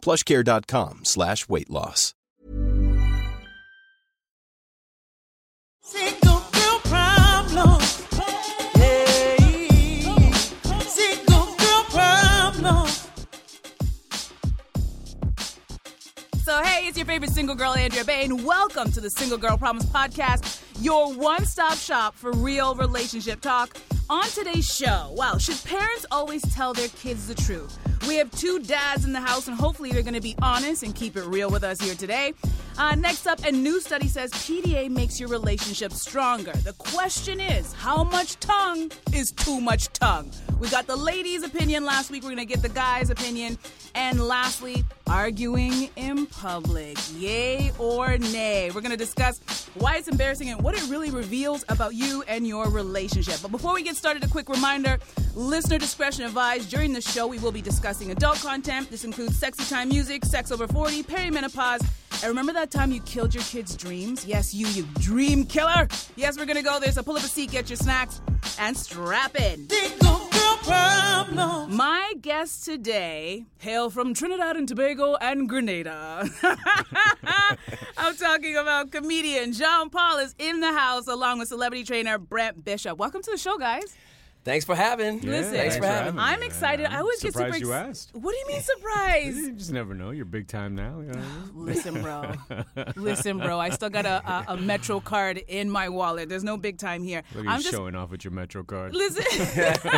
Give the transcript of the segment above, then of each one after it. Plushcare.com slash weight loss. Single girl problem. Hey. Single girl problem. So, hey, it's your favorite single girl, Andrea Bay, and welcome to the Single Girl Problems Podcast, your one stop shop for real relationship talk. On today's show, wow, should parents always tell their kids the truth? We have two dads in the house, and hopefully they're going to be honest and keep it real with us here today. Uh, next up, a new study says PDA makes your relationship stronger. The question is, how much tongue is too much tongue? We got the ladies' opinion last week. We're going to get the guys' opinion. And lastly, arguing in public. Yay or nay? We're going to discuss why it's embarrassing and what it really reveals about you and your relationship. But before we get started, a quick reminder listener discretion advised. During the show, we will be discussing adult content. This includes sexy time music, sex over 40, perimenopause. And remember that time you killed your kids' dreams? Yes, you, you dream killer. Yes, we're going to go there. So pull up a seat, get your snacks, and strap in. Single girl problem. My guest today hail from Trinidad and Tobago and Grenada. I'm talking about comedian John Paul is in the house along with celebrity trainer Brent Bishop. Welcome to the show, guys. Thanks for having. Listen, thanks for having. me. I'm excited. I always get super surprised you ex- asked. What do you mean surprised? You just never know. You're big time now. You know what I mean? Listen, bro. Listen, bro. I still got a, a, a Metro card in my wallet. There's no big time here. Look at I'm you just showing off with your Metro card. Listen,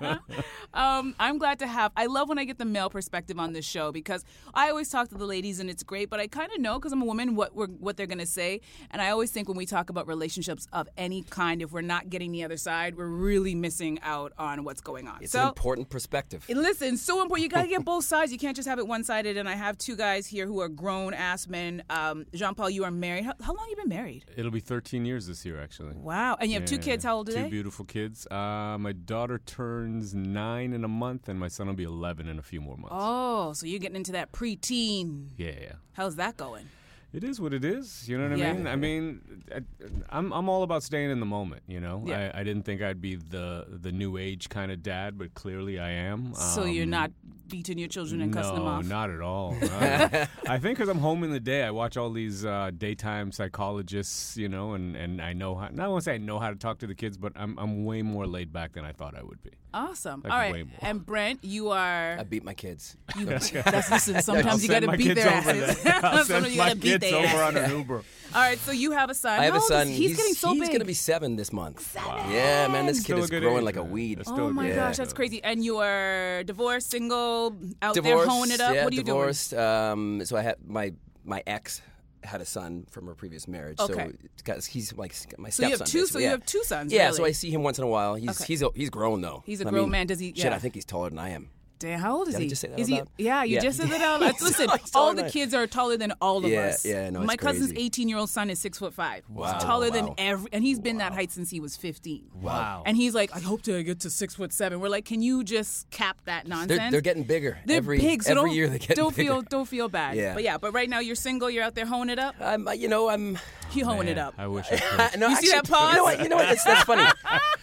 um, I'm glad to have. I love when I get the male perspective on this show because I always talk to the ladies and it's great, but I kind of know because I'm a woman what we're, what they're gonna say, and I always think when we talk about relationships of any kind, if we're not getting the other side, we're really missing out on what's going on. It's an so. important perspective. Listen, so important. You gotta get both sides. You can't just have it one sided. And I have two guys here who are grown ass men. Um, Jean Paul, you are married. How, how long you been married? It'll be 13 years this year, actually. Wow. And you have two Yeah. kids. How old are Two they? beautiful kids. Uh, my daughter turns nine in a month, and my son will be 11 in a few more months. Oh, so you're getting into that preteen. Yeah, yeah. How's that going? It is what it is. You know what Yeah. I mean? I mean, I, I'm I'm all about staying in the moment. You know, Yeah. I, I didn't think I'd be the the new age kind of dad, but clearly I am. So you're Um, not beating your children and cussing no, them off. not at all. not at all. I think because I'm home in the day, I watch all these uh, daytime psychologists, you know, and, and I know how. Not want to say I know how to talk to the kids, but I'm I'm way more laid back than I thought I would be. awesome. Like All right. way more. And Brent, you I are. beat my kids. That's, listen, sometimes you I'll gotta send my beat kids their over there. asses. I'll sometimes send you my gotta beat kids their over asses. on an Uber. All right. So you have a son. I have How a old is son. he? He's, getting so he's big. gonna be seven this month. Yeah, man, this kid Still a is good growing age, like a man. weed. That's still Oh a my good gosh, age. that's crazy. And you are divorced, single, out there Divorced, Oh, honing it up. Yeah, what are you divorced. Um, so I had my my ex had a son from her previous marriage. Okay. So it's got- he's like s- my So you have stepson, two- so basically, you yeah. have two sons, Yeah. So really? I see him once in a while. He's he's a, he's grown though. He's a I grown mean, man. Does he- Shit, yeah. I think he's taller than I am. doing? Damn, how old is Did I he? just say that is out he? loud? Yeah, you Yeah. just said that out. loud. Listen, Sorry, sorry, all the man. kids are taller than all of Yeah, us. yeah, no, it's My cousin's crazy. 18 year old son, his six foot five. Wow, He's taller than wow. every, and he's been that height since he was 15. Wow. And he's like, I hope to get to six foot seven. We're like, can you just cap that nonsense? They're, they're getting bigger. They're every big, so every don't, year they get don't bigger. feel don't feel bad. Yeah. But yeah, but right now you're single. You're out there honing it up. I'm, uh, you know, I'm. He honing it Man, up. I wish I could. Uh, no, You see that actually- pause? You know what? You know what? That's, that's funny.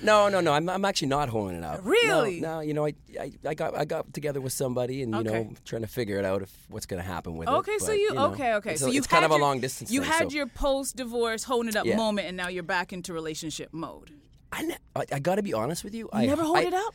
No, no, no. I'm, I'm actually not holding it up. No, Really? No, you know, I, I, I got I got together with somebody, and you Okay. know, trying to figure it out if what's going to happen with it. Okay, so but, you, know, okay okay. It's, so a, you it's kind had of a your- long distance. You thing, had so your post divorce honing it up Yeah. moment, and now you're back into relationship mode. I, ne- I, I got to be honest with you. I You never hold I, it up.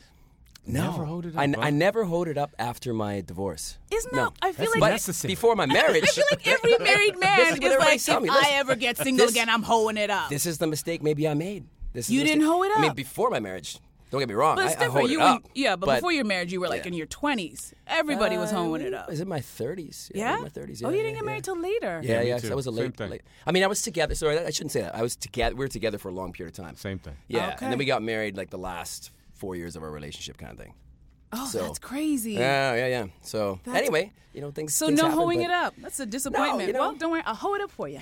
No, Never hold it I, up, n- huh? I never hold it up after my divorce. Isn't no. that? I feel That's like but necessary. before my marriage. I feel like every married man is is, what everybody like, if tell me. I Listen, ever get single this- again, I'm hoeing it up. this is the mistake maybe I made. This is You the didn't mistake- hold it I mean, up. before my marriage. Don't get me wrong. but it's I, I different. hold you it up. and- yeah, but, before your marriage, you were like yeah. in Uh, your 20s. Everybody was hoeing it up. Is it my 30s? yeah? my 30s. oh, yeah, you yeah, didn't get yeah. married till later. Yeah, me yeah, too. that was a Same late, thing. late. I mean, I was together. Sorry, I shouldn't say that. I was together. We were together for a long period of time. Same thing. Yeah, Okay. and then we got married like the last four years of our relationship, kind of thing. Oh, so that's crazy. Yeah, yeah, yeah. So anyway, you know things. So things no happen, hoeing but it up. That's a disappointment. you know- well, don't worry. I'll hoe it up for you.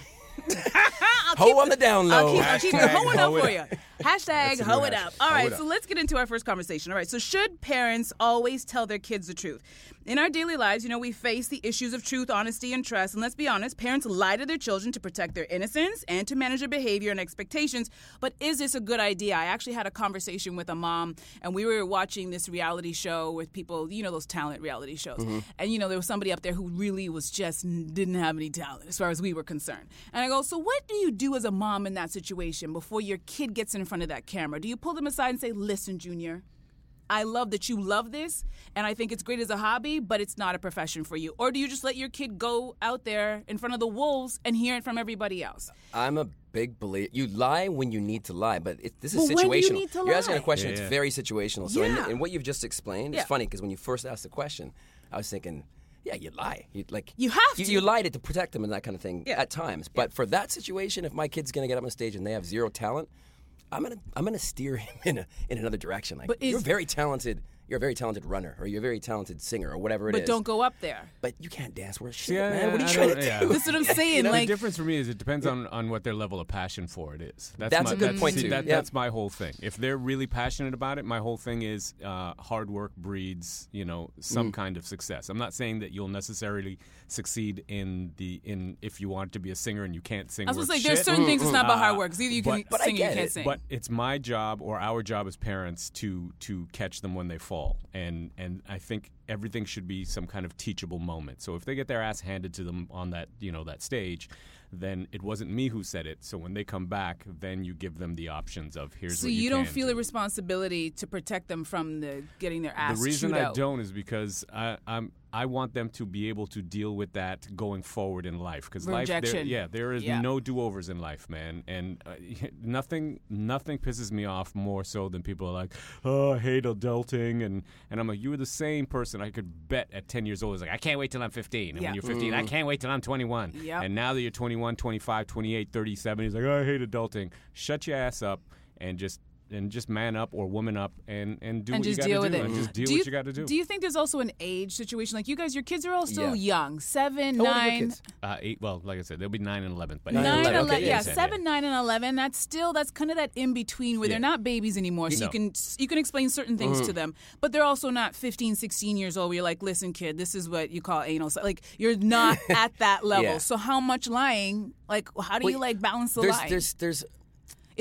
Hoe on the down low. I'll keep, I'll keep the Hashtag hoeing hoe up it for you. up. Hashtag a new hoe it hashtag. up. All Hoe right, it so up. let's get into our first conversation. All right, so should parents always tell their kids the truth? In our daily lives, you know, we face the issues of truth, honesty, and trust. And let's be honest, parents lie to their children to protect their innocence and to manage their behavior and expectations. But is this a good idea? I actually had a conversation with a mom, and we were watching this reality show with people, you know, those talent reality shows. Mm-hmm. And, you know, there was somebody up there who really was just didn't have any talent as far as we were concerned. And I go, So what do you do as a mom in that situation before your kid gets in front of that camera? Do you pull them aside and say, Listen, Junior? I love that you love this, and I think it's great as a hobby, but it's not a profession for you. Or do you just let your kid go out there in front of the wolves and hear it from everybody else? I'm a big believer. You lie when you need to lie, but it, this is But situational. when do you need to are asking a lie? question. Yeah, it's yeah. very situational. So, in, Yeah. in what you've just explained, Yeah. it's funny because when you first asked the question, I was thinking, yeah, you lie. You like You have You, to. you lied it to protect them and that kind of thing Yeah. at times. But for that situation, if my kid's going to get up on stage and they have zero talent, I'm gonna I'm gonna steer him in a, in another direction. Like But is- you're very talented. You're a very talented runner, or you're a very talented singer, or whatever it is. But don't go up there. But you can't dance worth shit, I- man. what are you I trying don't- to do? yeah. That's what I'm saying. know, the the like, difference for me is it depends on, on what their level of passion for it is. That's, That's my, a good point, see, too. That, Yeah. That's my whole thing. If they're really passionate about it, my whole thing is uh, hard work breeds, you know, Mm. some kind of success. I'm not saying that you'll necessarily succeed in the in if you want to be a singer and you can't sing. I was gonna worth say, there's shit. certain things that's not about hard Uh, work. 'cause Either you can but- but I sing or you get can't it. sing. But it's my job or our job as parents to to catch them when they fall, and and I think everything should be some kind of teachable moment. So if they get their ass handed to them on that you know that stage, then it wasn't me who said it. So when they come back, then you give them the options of here's so what you, you, don't can feel do. a responsibility to protect them from the getting their ass The reason chewed I out. don't is because I, I'm I want them to be able to deal with that going forward in life because life, there, Rejection. yeah, there is Yeah. no do overs in life, man, and uh, nothing nothing pisses me off more so than people are like, oh, I hate adulting, and and I'm like, you were the same person. I could bet at 10 years old, it's like I can't wait till I'm 15, and Yeah. when you're 15, I can't wait till I'm 21, Yep. and now that you're 21, 25, 28, 37, he's like, "Oh, I hate adulting. Shut your ass up and just. And just man up or woman up and, and do and what you just gotta deal do with it. and just deal do what you, you got to do. you think there's also an age situation? Like you guys, your kids are all still Yeah. young, seven, How old are your nine, kids? uh, eight, well, like I said, they'll be nine and eleven. But Nine and nine, 11, ele- okay, yeah, yeah, yeah. seven, nine, and eleven. That's still that's kind of that in between where they're Yeah. not babies anymore, so you No. can you can explain certain things Mm. to them, but they're also not 15, 16 years old. Where you're like, listen, kid, this is what you call anal. sex." Like you're not at that level. Yeah. So how much lying? Like how do you like balance the there's, line? there's there's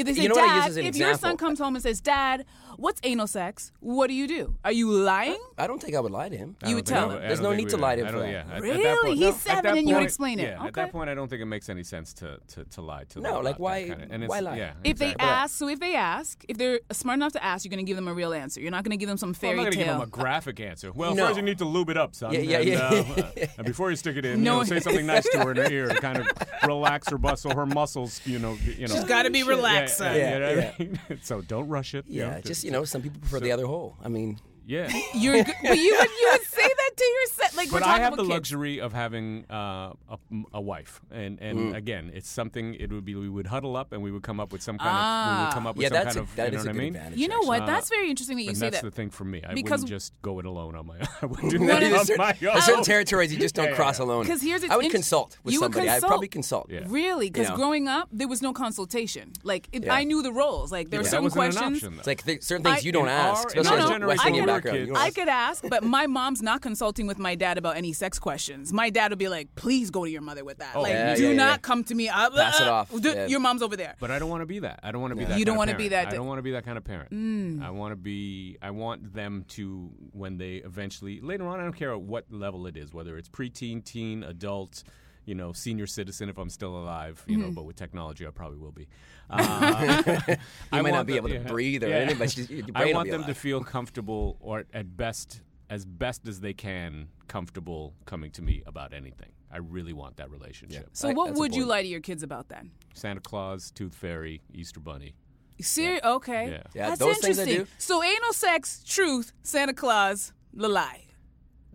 If they say, You know what I use Dad, as an if your son example? comes home and says, Dad, what's anal sex? What do you do? Are you lying? I don't think I would lie to him. You would think I tell would- him. I There's don't no think need we to would. lie to him I for don't, that. yeah, at- at that Really? point- He's no, at seven that and you would point- explain it. Yeah, at Okay. that point, I don't think it makes any sense to to, to lie to them. No, like, about that why- kinda- and it's- why lie? Yeah, If they exactly. ask, so if they ask, if they're smart enough to ask, you're going to give them a real answer. You're not going to give them some Well, I'm fairy not gonna tale. give them a graphic answer. Well, No. first you need to lube it up, son. Yeah, yeah, and, yeah. uh, uh, and before you stick it in, No. you know, say something nice to her in her ear to kind of relax her muscle, her muscles. You know, you know. She's gotta be Yeah, relaxed, Yeah, son. yeah, you know what Yeah, I mean? so don't rush it. Yeah, just you know, some people prefer the other hole. I mean, Yeah. You're, g- but you would you would say that to your set. Like we're but I talking have the about kids. luxury of having uh, a, a wife, and and Mm. again, it's something. It would be we would huddle up and we would come up with some kind of we would come up with Ah. yeah, some that's kind a, of that you know is what a I good mean. advantage. You know actually. what? that's very interesting that you And say that's that. the thing for me. I Because- wouldn't just go it alone on my own. I wouldn't do Well, that there's on certain, Oh my own. there's certain territories you just don't cross alone. Oh. 'Cause here's it's I would int- consult with you would somebody. consult? I'd probably consult. Yeah. Really, because You know. growing up, there was no consultation. Like it, Yeah. I knew the roles. Like there were That certain wasn't an questions. option, though. It's like th- certain things I- you don't in ask, our- in especially our as a generation, West I we Indian were background. you kids. don't I ask. could ask, but my mom's not consulting with my dad about any sex questions. My dad would be like, "Please go to your mother with that. like, Oh, yeah, do yeah, not yeah. come to me. I, Pass it off. do- Yeah. Your mom's over there." But I don't want to be that. I don't want to be that. You don't want wanna to be that- I don't want to be that kind of parent. Mm. I want to be. I want them to when they eventually later on. I don't care what level it is, whether it's preteen, teen, adult. You know, senior citizen, if I'm still alive, you Mm-hmm. know, but with technology, I probably will be. Uh, You I might want not be the- able to yeah. breathe or Yeah. anything, but you- your I brain will want be them to alive. feel comfortable, or at best, as best as they can, comfortable coming to me about anything. I really want that relationship. so, I- what that's a would you point. lie to your kids about then? Santa Claus, Tooth Fairy, Easter Bunny. Ser- Okay, Yeah. Yeah, that's those things I interesting. do. So, anal sex, truth, Santa Claus, the lie.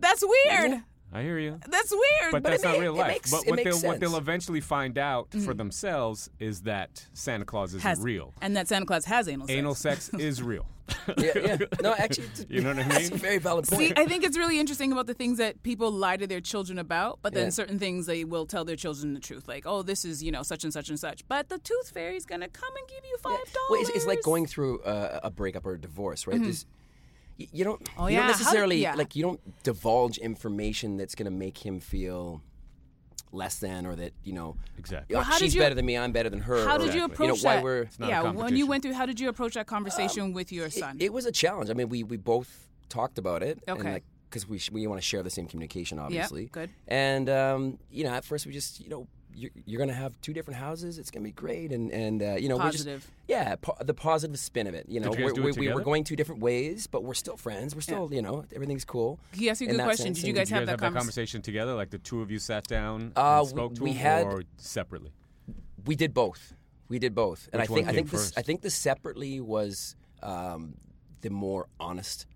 That's weird. I hear you. That's weird. But, But, that's it not ma- real it life. makes- but it what makes they'll what sense. they'll eventually find out for themselves is that Santa Claus isn't Mm-hmm. has real. and that Santa Claus has anal sex. Anal sex is real. yeah, yeah. No, actually, it's- You know what I that's mean? a very valid point. See, I think it's really interesting about the things that people lie to their children about, but then Yeah. certain things they will tell their children the truth, like, "Oh, this is you know such and such and such," but the tooth fairy's gonna come and give you five dollars. Mm-hmm. Well, it's, it's like going through a, a breakup or a divorce, right? There's- You, you don't. Oh, yeah. you How don't did- necessarily yeah. like. You don't divulge information that's going to make him feel less than, or that you know. Exactly. "Oh, how did she's you- better than me. I'm better than her. How or, did you You approach know why that? we're. not a yeah, when you competition. went through, how did you approach that conversation with your It- son? It, was a challenge. I mean, we we both talked about it. Okay. Because we, sh- we want to share the same communication, obviously. good. And um, you know, at first we just you know you're, you're going to have two different houses. It's going to be great, and and uh, you know we're Positive. just yeah po- the positive spin of it. You know, you guys we do it we, we were together? going two different ways, but we're still friends. We're still you know everything's cool. He asked you a in good that question. sense, Did you and guys Did you have guys that have that convers- conversation together? Like the two of you sat down Uh, and we- spoke to we him, had- or separately? We did both. We did both, and Which I one think I came think this, first? I think the separately was um, the more honest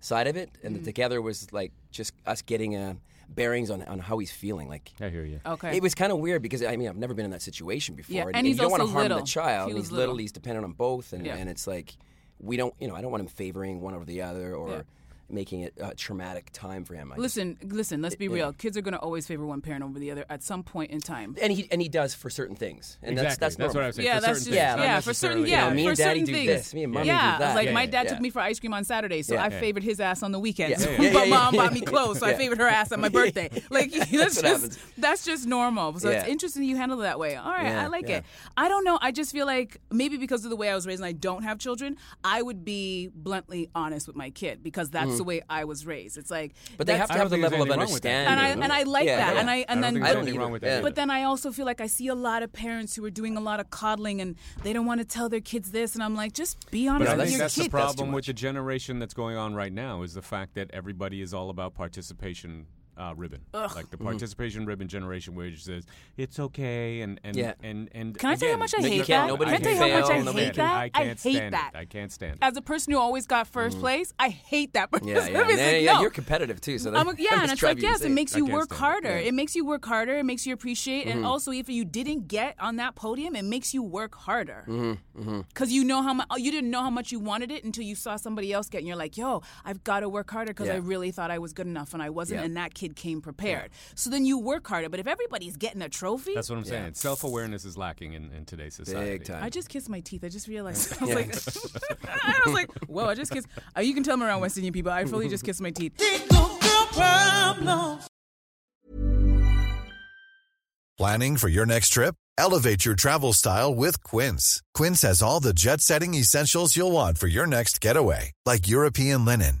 side of it, Mm-hmm. and the together was like just us getting uh, bearings on on how he's feeling. Like I hear you. Okay. it was kind of weird because I mean I've never been in that situation before, Yeah, and, and he's you don't want to also harm little. the child. He and was he's little. little. he's dependent on both, and, Yeah. and it's like we don't you know I don't want him favoring one over the other or. Yeah. Making it a traumatic time for him. I just- Listen, listen. Let's be real. Kids are going to always favor one parent over the other at some point in time. and he and he does for certain things, and exactly. that's that's, what I normal. was saying. yeah, for that's certain just things, not yeah for certain necessarily, you yeah know, me for and Daddy certain do things. this, me and Mommy yeah, do that. like Yeah, my yeah, dad yeah. took me for ice cream on Saturday, so Yeah. I Yeah. favored his ass on the weekend. Yeah. Yeah, but yeah, mom yeah. bought me clothes, so I Yeah. favored her ass on my birthday. Like that's, what just happens. that's just normal. So it's Yeah. interesting you handle it that way. All right, Yeah, I like yeah. it. I don't know. I just feel like maybe because of the way I was raised, and I don't have children, I would be bluntly honest with my kid because that's the way I was raised. It's like Mm. But they that's- have to I have the don't think level of there's anything wrong with that. understanding. and I Yeah. and I like Yeah, that. yeah. And I I and don't then think I there's don't anything either. wrong with Yeah. that. but then I also feel like I see a lot of parents who are doing a lot of coddling and they don't want to tell their kids this. And I'm like, just be But honest I that's- with think your that's kid. the problem much. with the generation that's going on right now is the fact that everybody is all about participation uh, ribbon, like the Mm-hmm. participation ribbon generation, which says it's okay and and Yeah. and, and Can I tell you how much I you hate can't- that? nobody Can I can tell you how fail, much I nobody hate can- that? I I can't hate stand that. It. I can't stand it. As a person who always got Mm. first place, I hate that person. Yeah, yeah, It's yeah, like, yeah, no. You're competitive too, so that, I'm like, yeah, that's and it's driving like, you yes, it insane. makes I you can't work stand it, Mm-hmm. harder. It makes you work harder. It makes you appreciate. And also, if you didn't get on that podium, it makes you work harder. Because Mm-hmm. you know how much you didn't know how much you wanted it until you saw somebody else get, it, and you're like, yo, I've got to work harder because I Yeah. really thought I was good enough and I wasn't, Yeah. and that kid came prepared. So then you work harder. But if everybody's getting a trophy, That's what I'm saying. Self awareness is lacking in, in today's society. Big time. I just kissed my teeth. I just realized. I was like, I was like, whoa! I just kissed. Uh, you can tell I'm around West Indian people. I fully just kissed my teeth. Think of your problems. Planning for your next trip? Elevate your travel style with Quince. Quince has all the jet setting essentials you'll want for your next getaway, like European linen,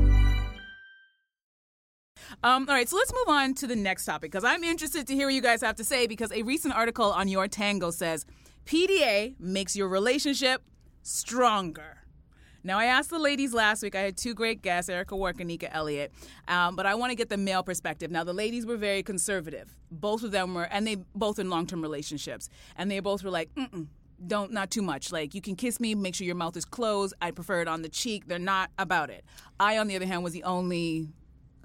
Um, all right, so let's move on to the next topic because I'm interested to hear what you guys have to say because a recent article on Your Tango says PDA makes your relationship stronger. Now, I asked the ladies last week. I had two great guests, Erica Work and Nika Elliott, um, but I want to get the male perspective. Now, the ladies were very conservative. Both of them were, and they both in long term relationships, and they both were like, mm mm. Don't not too much. Like you can kiss me, make sure your mouth is closed. I prefer it on the cheek. They're not about it. I, on the other hand, was the only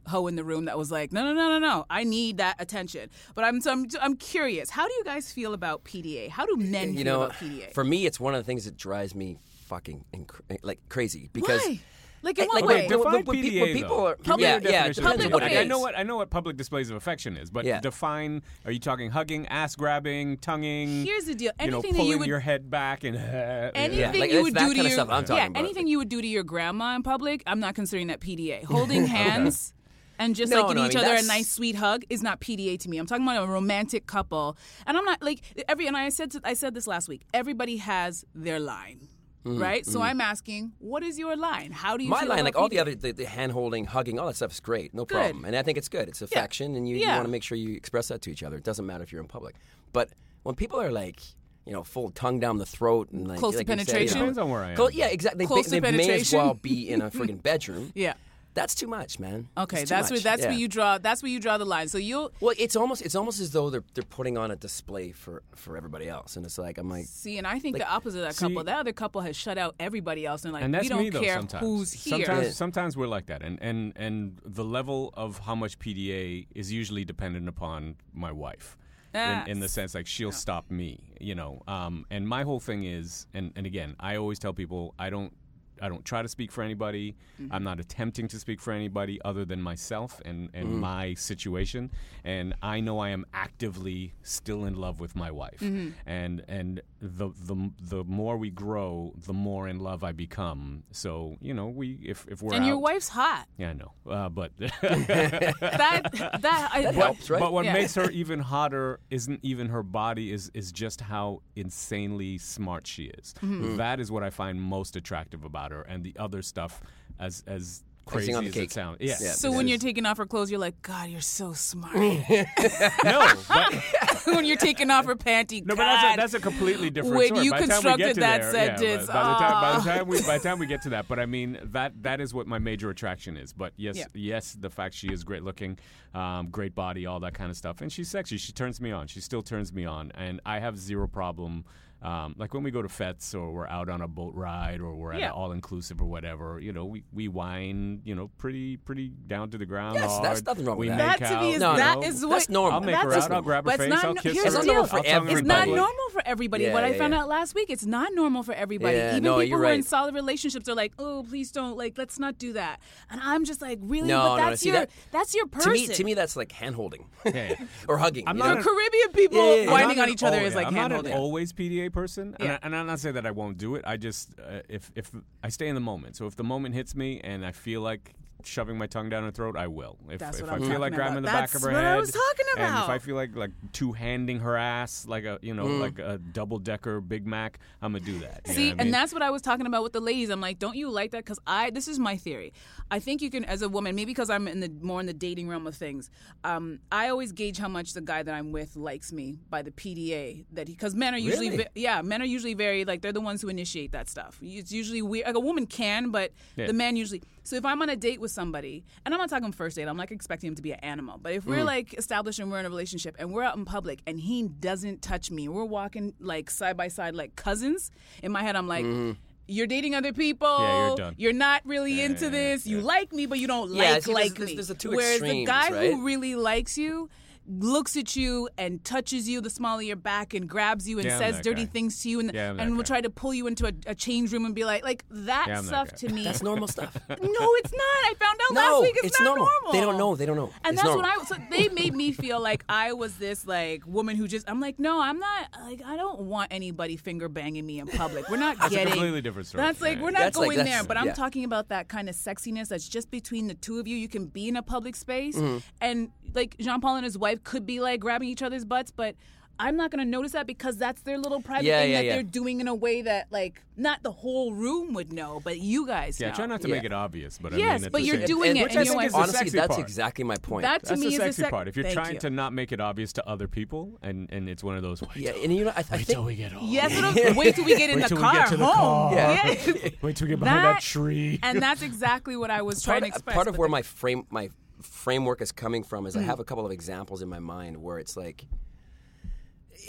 hoe in the room that was like, no, no, no, no, no, I need that attention. But I'm so I'm, I'm curious. How do you guys feel about PDA? How do men feel you know, about PDA? for me, it's one of the things that drives me fucking inc- like crazy because Why? Like in Like, what like, way? when- Define when PDA people- when people though. are- Give me your Yeah, yeah, it definition depends of on what PDA. it I is. know what I know what public displays of affection is, but Yeah. define. Are you talking hugging, ass grabbing, tonguing? Here's the deal. you know, Anything that pulling you would- your head back and Anything Yeah. like, you it's would that do to kind of your stuff I'm talking yeah, about. anything you would do to your grandma in public, I'm not considering that PDA. Holding hands and just No, like giving no, I each mean, other a that's- nice sweet hug is not PDA to me. I'm talking about a romantic couple, and I'm not like every. And I said to, I said this last week. Everybody has their line. Right, so I'm asking, what is your line? How do you Mm, my feel line, about like all the PDA? other the, the hand holding, hugging, all that stuff's great, no Good. problem, and I think it's good. It's affection, and you, you Yeah. want to make sure you express that to each other. It doesn't matter if you're in public, but when people are like, you know, full tongue down the throat and like, Close to like you said, you penetration? know. Depends on where I am. Clo- yeah, exactly. Close to they, they may as penetration? well be in a freaking bedroom. Yeah. That's too much, man. Okay, It's too that's where much. that's Yeah. where you draw that's where you draw the line. So you'll Well, it's almost it's almost as though they're they're putting on a display for for everybody else, and it's like I'm like, see, and I think the opposite of that couple. That other couple has shut out everybody else, and like and that's we don't me though. care sometimes, who's here. sometimes, sometimes we're like that, and and and the level of how much PDA is usually dependent upon my wife. In, in the Yes. sense, like she'll stop me, you know. Um, and my whole thing is, and, and again, I always tell people I don't, I don't try to speak for anybody. Mm-hmm. I'm not attempting to speak for anybody other than myself and and my situation. And I know I am actively still in love with my wife. Mm-hmm. And and the the the more we grow, the more in love I become. So you know, we if if we're and your out- wife's hot. yeah, I know, uh, but. That that, I, helps, right? But what Yeah. makes her even hotter isn't even her body is is just how insanely smart she is. Mm. That is what I find most attractive about her, and the other stuff, as as crazy on the as it cake. sounds, yeah. Yeah. So when you're taking off her clothes, you're like, God, you're so smart. no, but, when you're taking off her panty, no, God. but that's a, that's a completely different When story. you by the time we constructed get to that there, yeah, sentence, oh. by, by the time, by the time we by the time we get to that, but I mean that that is what my major attraction is. But yes, Yeah. yes, the fact she is great looking, um, great body, all that kind of stuff, and she's sexy. She turns me on. She still turns me on, and I have zero problem. Um, like when we go to fets or we're out on a boat ride or we're at Yeah. an all inclusive or whatever, you know, we, we wine, you know, pretty pretty down to the ground. Yes, that's hard. nothing wrong we with make that. That to me out, is- you that know. is That's what normal. I'll make that's her just- out. I'll grab her but it's face. not I'll no- kiss here's her. the I'll deal. tongue It's her in It's Everybody. not public. normal for everybody. Yeah, what I yeah, found yeah. out last week, it's not normal for everybody. Yeah, Even no, people you're who are in right. solid relationships are like, "Oh, please don't like, let's not do that." And I'm just like, "Really? No, but no, that's see, your that- that's your person." to me, to me, that's like hand holding Yeah. or hugging. I'm you not know? an- Caribbean people Yeah, yeah, yeah. whining I'm on not each other an is al- like I'm hand not holding. an always PDA person, and, Yeah. I, and I'm not saying that I won't do it. I just uh, if if I stay in the moment, so if the moment hits me and I feel like shoving my tongue down her throat, I will. If, That's if what I I'm feel like talking grabbing about. the That's back of her what head, I was talking and if I about. feel like like two handing her ass like a you know Mm. like a double decker Big Mac, I'm gonna do that. See, You know what I mean? and that's what I was talking about with the ladies. I'm like, don't you like that? Because I, this is my theory. I think you can, as a woman, maybe because I'm in the more in the dating realm of things. Um, I always gauge how much the guy that I'm with likes me by the PDA that he. Because men are usually, Really? ve- yeah, men are usually very like they're the ones who initiate that stuff. It's usually weird. Like a woman can, but the man usually. So if I'm on a date with somebody, and I'm not talking first date, I'm like expecting him to be an animal. But if we're Mm. like established and we're in a relationship and we're out in public and he doesn't touch me, we're walking like side by side like cousins. In my head, I'm like. Mm-hmm. You're dating other people. Yeah, you're done. You're not really into this. You like me, but you don't Yeah, like see, there's- like there's- me. there's the two Whereas the extremes, guy right? who really likes you looks at you and touches you the small of your back and grabs you and Yeah, I'm says that dirty guy. things to you and, Yeah, I'm that and will guy. try to pull you into a, a change room and be like like that Yeah, I'm that stuff to guy. me That's normal stuff. no it's not i found out No, last week it's, it's not normal. normal. They don't know. They don't know. and It's that's normal. what i so they made me feel like i was this like woman who just i'm like no i'm not like i don't want anybody finger banging me in public we're not That's a getting completely different story. that's like Yeah. we're not That's like- going that's- there, but I'm yeah. talking about that kind of sexiness that's just between the two of you. You can be in a public space, Mm-hmm. and like Jean Paul and his wife could be like grabbing each other's butts, but I'm not going to notice that because that's their little private Yeah, thing yeah, that yeah. they're doing in a way that like not the whole room would know, but you guys yeah. know. Try not to Yeah. make it obvious, but I Yes, mean, at but the you're same- doing it, Which and I you're think like- is the honestly, sexy that's part. exactly my point. That to That's me the is sexy a sec- part. If you're Thank trying you. to not make it obvious to other people, and and it's one of those. Wait, yeah, till- and you know, I, I wait think till we get home. Yes, it'll- wait till we get in Wait the till we car get to the home. car. Yeah. Wait till we get behind that, tree. and that's exactly what I was trying part, to of- express. part of but Hmm. where the- my frame my framework is coming from is I have a couple of examples in my mind where it's like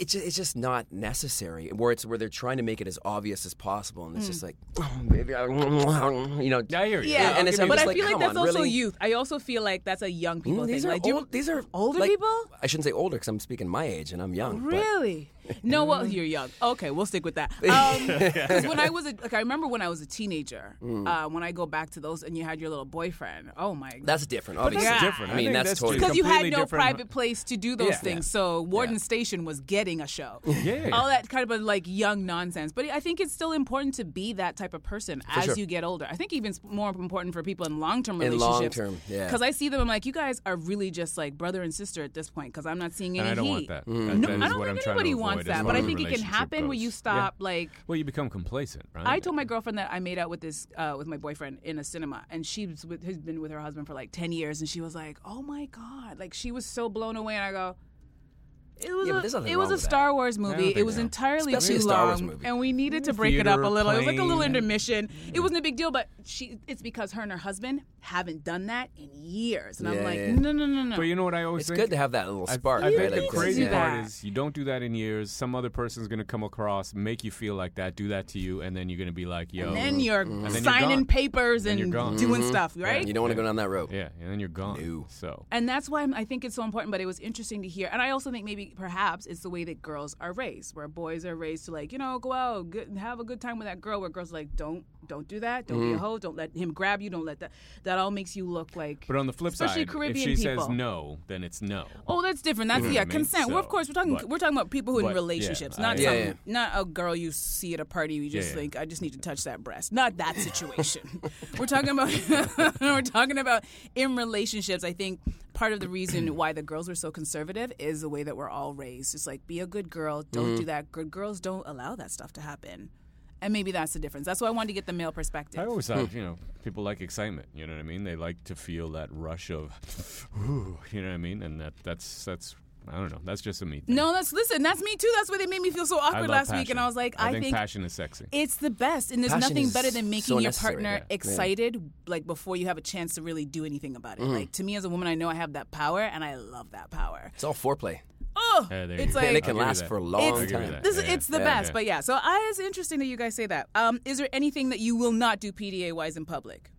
it's just, it's just not necessary where it's where they're trying to make it as obvious as possible and it's just like oh, baby, I- you know Yeah, I hear you. Hmm. Yeah, I'll and it's- give you but that. I like, feel like come that's on, also really? youth. I also feel like that's a young people Mm, thing. these are like, do you- old, these are older like- people. I shouldn't say older because I'm speaking my age and I'm young. but- Really? No, well, Mm. you're young. Okay, we'll stick with that. Because when I was a, like, I remember when I was a teenager. Mm. Uh, when I go back to those, and you had your little boyfriend. Oh my god. that's different. Obviously, that's Yeah. different. I I mean, think that's, that's totally because you had completely no different- private place to do those Yeah. things, so Warden Station was getting a show. Yeah. all that kind of like young nonsense. But I think it's still important to be that type of person as sure. you get older. I think even s- more important for people in long term In relationships. long-term, yeah. Because I see them, I'm like, you guys are really just like brother and sister at this point. Because I'm not seeing any And I don't heat. want that. That- that is Mm-hmm. I don't what think I'm anybody trying to wants avoid as that, far but I as think it can relationship happen where goes. you Yeah. stop like. Well, you become complacent, right? I told my girlfriend that I made out with this uh, with my boyfriend in a cinema, and she's with, has been with her husband for like ten years, and she was like, "Oh my god!" Like she was so blown away, and I go, It was Yeah, but there's a, nothing it was wrong a with that. Star Wars movie. think It was so. entirely too Especially a Star Wars long, movie. and we needed to break it up a Theater, little. it was like a little plane. intermission. It wasn't a big deal, but she. It's because her and her husband haven't done that in years, and I'm Yeah, like, yeah. no, no, no, no. But you know what I always It's think? good to have that little I- spark. I, right? think Like, the just- crazy do part that. is you don't do that in years. Some other person's going to come across, make you feel like that, do that to you, and then you're going to be like, yo. and then you're Mm-hmm. And then you're signing gone. papers Then and you're gone. doing stuff, right? Mm-hmm. You don't want to go down that road. yeah, and then you're gone. No. So And that's why I'm- I think it's so important. But it was interesting to hear, and I also think maybe perhaps it's the way that girls are raised, where boys are raised to like you know go out, good, have a good time with that girl, where girls are like don't don't do that, don't Mm. be a hoe, don't let him grab you, don't let that. That all makes you look like. But on the flip especially side, Caribbean if she people. says no, then it's no. Oh, that's different. That's You know yeah, what I mean? consent. we're of So, course we're talking but- we're talking about people who but, in yeah, relationships, not I- Yeah, some, yeah. not a girl you see at a party. You just Yeah, yeah. think I just need to touch that breast. Not that situation. we're talking about we're talking about in relationships. I think part of the reason why the girls were so conservative is the way that we're all raised. It's like be a good girl, don't Mm-hmm. do that. Good girls don't allow that stuff to happen. And maybe that's the difference. That's why I wanted to get the male perspective. I always thought, you know, people like excitement. You know what I mean? They like to feel that rush of, ooh, you know what I mean? And that that's that's I don't know. That's just a me. Thing. No, that's listen. That's me too. That's why they made me feel so I awkward love last passion. week, and I was like, I, I, think, think passion is sexy. It's the best, and there's Passion nothing is better than making so your necessary, partner yeah. excited, like before you have a chance to really do anything about it. Mm-hmm. Like to me, as a woman, I know I have that power, and I love that power. It's all foreplay. Oh, Yeah, there you it's go. and it like can I'll give you last that. for a long I'll give you time. that. this, Yeah, it's the yeah, best. yeah. But yeah, so I, it's interesting that you guys say that. Um, is there anything that you will not do PDA wise in public?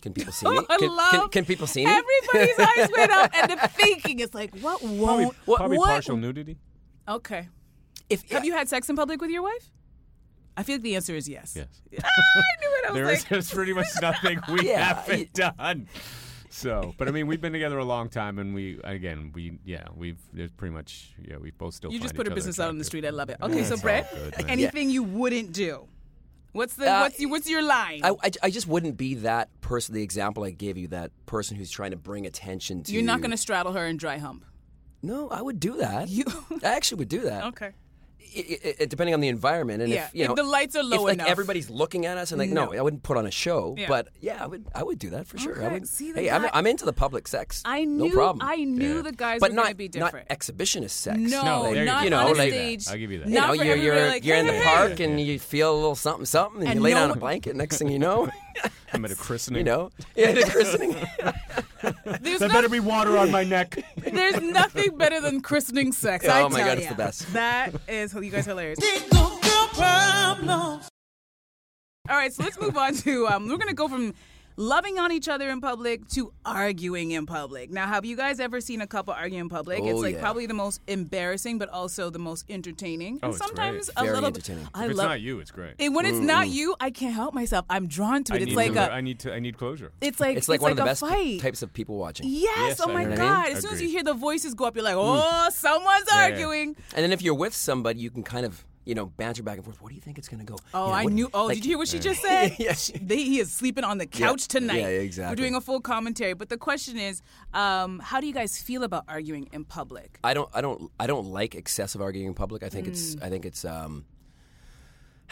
Can people see me? I Can, love can, can people see me? Everybody's eyes went up, and the thinking is like, what probably, won't? what, probably what- partial nudity. Okay. If have you had sex in public with your wife? I feel like the answer is yes. Yes. I knew it. I was There like, is there's pretty much nothing we Yeah, haven't done. So, but I mean, we've been together a long time, and we again, we yeah, we've there's pretty much yeah, we both still. You just find put each a other business out on the attractive. street. I love it. Okay, so it's Brett, all good, man. anything you wouldn't do? What's the Uh, what's your, what's your line? I, I, I just wouldn't be that person. The example I gave you, that person who's trying to bring attention to. You're not going to straddle her and dry hump. No, I would do that. You- I actually would do that. Okay. I- I- I- depending on the environment, and Yeah, if you if know the lights are if, low like enough. everybody's looking at us, and like no, I wouldn't put on a show. Yeah. But yeah, I would. I would do that for sure. I Okay, would. see, the hey, I'm, guy- I'm into the public sex. I no knew problem. I knew Yeah. the guys but were not going to be different. not exhibitionist sex. no, No, there you not go. you know, on a like- stage. I'll give you that. You Not know, for you're everybody, you're, like, you're in the hey, park and you feel a little something something, and, And you lay no down one- a blanket. Next thing you know, I'm at a christening. you know, yeah, the christening. There's, There no- better be water on my neck. there's nothing better than christening sex. Oh I my tell God, it's the ya. best. That is you guys are hilarious. Single girl problems. All right, so let's move on to um, we're gonna go from loving on each other in public to arguing in public. Now, have you guys ever seen a couple argue in public? Oh, it's like yeah. probably the most embarrassing, but also the most entertaining, Oh, and it's great. sometimes a Very little. entertaining. I if it's love not you, it's great. And when it's not you. I can't help myself. I'm drawn to I it. need It's like to- a. I need to. I need closure. It's like It's like one of the a best fight. types of people watching. Yes, Yes, oh I my know what I God. mean. As soon as Agree. you hear the voices go up, you're like, oh, someone's yeah. arguing. And then if you're with somebody, you can kind of, you know, banter back and forth. What do you think it's going to go? Oh, You know, I what- knew. Oh, like- uh, did you hear what she just said? Yeah. She- they, he is sleeping on the couch tonight. Yeah, yeah, exactly. We're doing a full commentary. But the question is, um, how do you guys feel about arguing in public? I don't, I don't, I don't like excessive arguing in public. I think it's, Hmm. I think it's, um,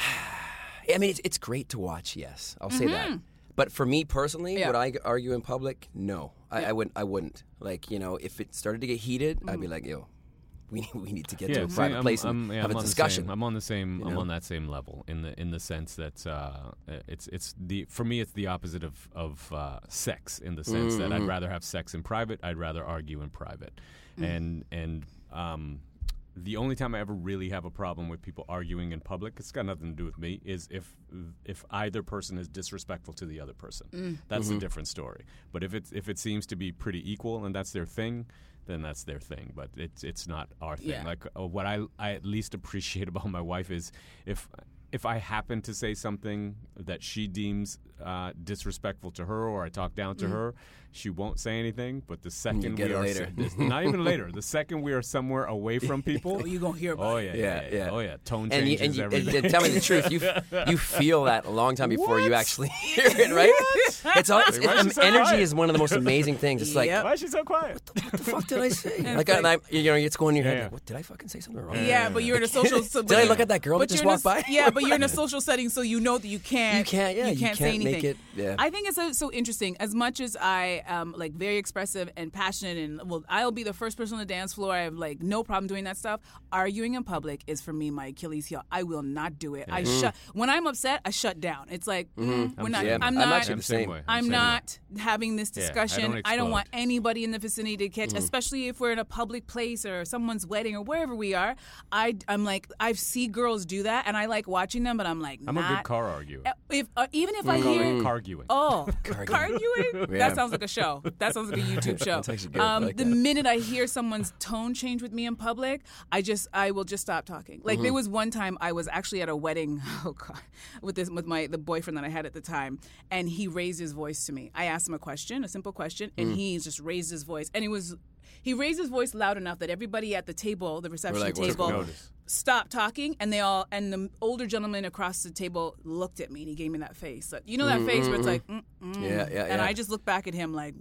I mean, it's, it's great to watch. Yes, I'll say that. But for me personally, Mm-hmm. Yeah. would I argue in public? No, I, I wouldn't. I wouldn't. Like, you know, if it started to get heated, I'd Mm. be like, yo, we need, we need to get to a see, private I'm- place I'm- and yeah, have I'm a on the discussion. same- I'm on the same. I'm on that same level in the in the sense that uh, it's it's the for me it's the opposite of of uh, sex in the sense that Mm-hmm. I'd rather have sex in private. I'd rather argue in private, and and um, the only time I ever really have a problem with people arguing in public, it's got nothing to do with me, is if if either person is disrespectful to the other person. That's Mm-hmm. a different story. But if it's if it seems to be pretty equal and that's their thing. Then that's their thing, but it's it's not our thing. Yeah. Like like uh, what I, I at least appreciate about my wife is if if I happen to say something that she deems uh, disrespectful to her or I talk down to her, she won't say anything. But the second get we it are later. s- not even later, the second we are somewhere away from people, Oh, you gonna hear about oh it. yeah, yeah, yeah, yeah. oh yeah, tone and you, changes and, you, and, everything. and tell me the truth, you you feel that a long time before you actually hear it, right? It's all it's, Like, why is it's- she so energy quiet? is one of the most amazing things. It's like Yep. Why is she so quiet? what the fuck did I say? And like, it's and I, you know, it's going in your head. Yeah. Like, what did I fucking say something wrong? Yeah, but you're in a social. So, Did I look at that girl that but just you're in a walked by? s- yeah, but you're in a social setting, so you know that you can't. You can't. Yeah, you you can't, say can't make anything make think. it? Yeah. I think it's so, so interesting. As much as I am like very expressive and passionate, and well, I'll be the first person on the dance floor. I have like no problem doing that stuff. Arguing in public is for me my Achilles heel. I will not do it. I shut when I'm upset. I shut down. It's like mm, we're not. yeah, I'm Mm-hmm. I'm not. actually the same. way. I'm same way. not having this I discussion. don't want explode. Mm. anybody in the vicinity to catch, especially if we're in a public place or someone's wedding or wherever we are. I, I'm like, I see girls do that, and I like watching them, but I'm like, I'm a not- good car arguer. If uh, even if I Car- hear, Carguing. oh, arguing, that Yeah. sounds like a show. That sounds like a YouTube show. Um, That's actually good. I like the that. minute I hear someone's tone change with me in public, I just I will just stop talking. Like Mm-hmm. there was one time I was actually at a wedding, oh god, with this with my the boyfriend that I had at the time, and he raised his voice to me. I asked him a question, a simple question, Mm. and he just raised his voice, and it was. He raised his voice loud enough that everybody at the table, the reception like, "What's table, going on?" Notice. stopped talking and they all and the older gentleman across the table looked at me and he gave me that face Like, you know that face where it's like mm, mm, Yeah, yeah, and yeah. i just looked back at him like